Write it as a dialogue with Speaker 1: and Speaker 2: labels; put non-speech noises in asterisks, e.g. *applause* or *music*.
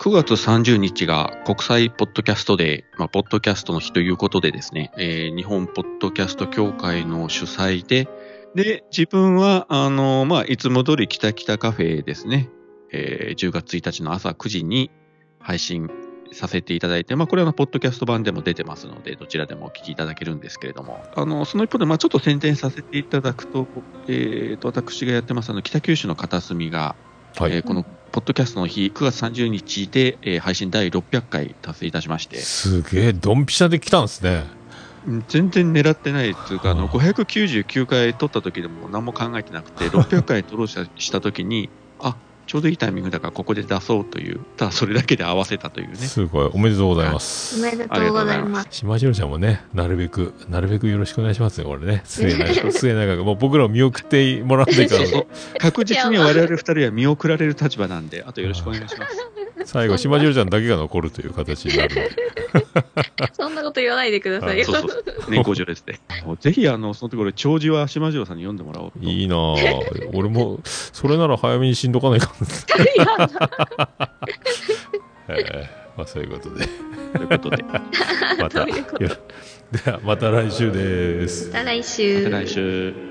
Speaker 1: 9月30日が国際ポッドキャストで、まあ、ポッドキャストの日ということでですね、えー日本ポッドキャスト協会の主催で、で、自分は、あの、まあ、いつも通りキタキタカフェですね、えー10月1日の朝9時に配信させていただいて、まあ、これはあのポッドキャスト版でも出てますので、どちらでもお聞きいただけるんですけれども、あの、その一方で、まあ、ちょっと宣伝させていただくと、えーと、私がやってます、あの、北九州の片隅が、
Speaker 2: はい
Speaker 1: えーこのポッドキャストの日、9月30日で、えー配信第600回達成いたしまして、
Speaker 2: すげえ、ドンピシャで来たんですね。
Speaker 1: うん全然狙ってないというか、あの
Speaker 2: はあ
Speaker 1: 599回撮った時でも何も考えてなく *laughs* て、600回撮ろうとした時に、あちょうどいいタイミングだからここで出そうという、ただそれだけで合わせたというね。
Speaker 2: すごい。おめでとうございます。
Speaker 3: おめでとうございます。
Speaker 2: 島次郎ちゃんもね、なるべく、なるべくよろしくお願いしますね、これね。末永く、末永く。もう僕らを見送ってもらってい
Speaker 1: そ
Speaker 2: から
Speaker 1: うそう確実に我々二人は見送られる立場なんで、あとよろしくお願いします。
Speaker 2: 最後、島次郎ちゃんだけが残るという形になるので。
Speaker 3: そんなこと言わないでくだ *laughs* さいよ。
Speaker 1: そうそう、年功序列で。もうぜひ、あの、そのところ、長寿は島城さんに読んでもらおうと。
Speaker 2: いいなぁ。俺も、それなら早めにしんどかないかんです。
Speaker 3: やだ
Speaker 2: *laughs* えーまあ、そういうことで。
Speaker 1: *laughs* ということで、ま
Speaker 2: また、
Speaker 3: *laughs* どういうこと
Speaker 2: よではまた来週です。
Speaker 3: また来週。
Speaker 1: た来週。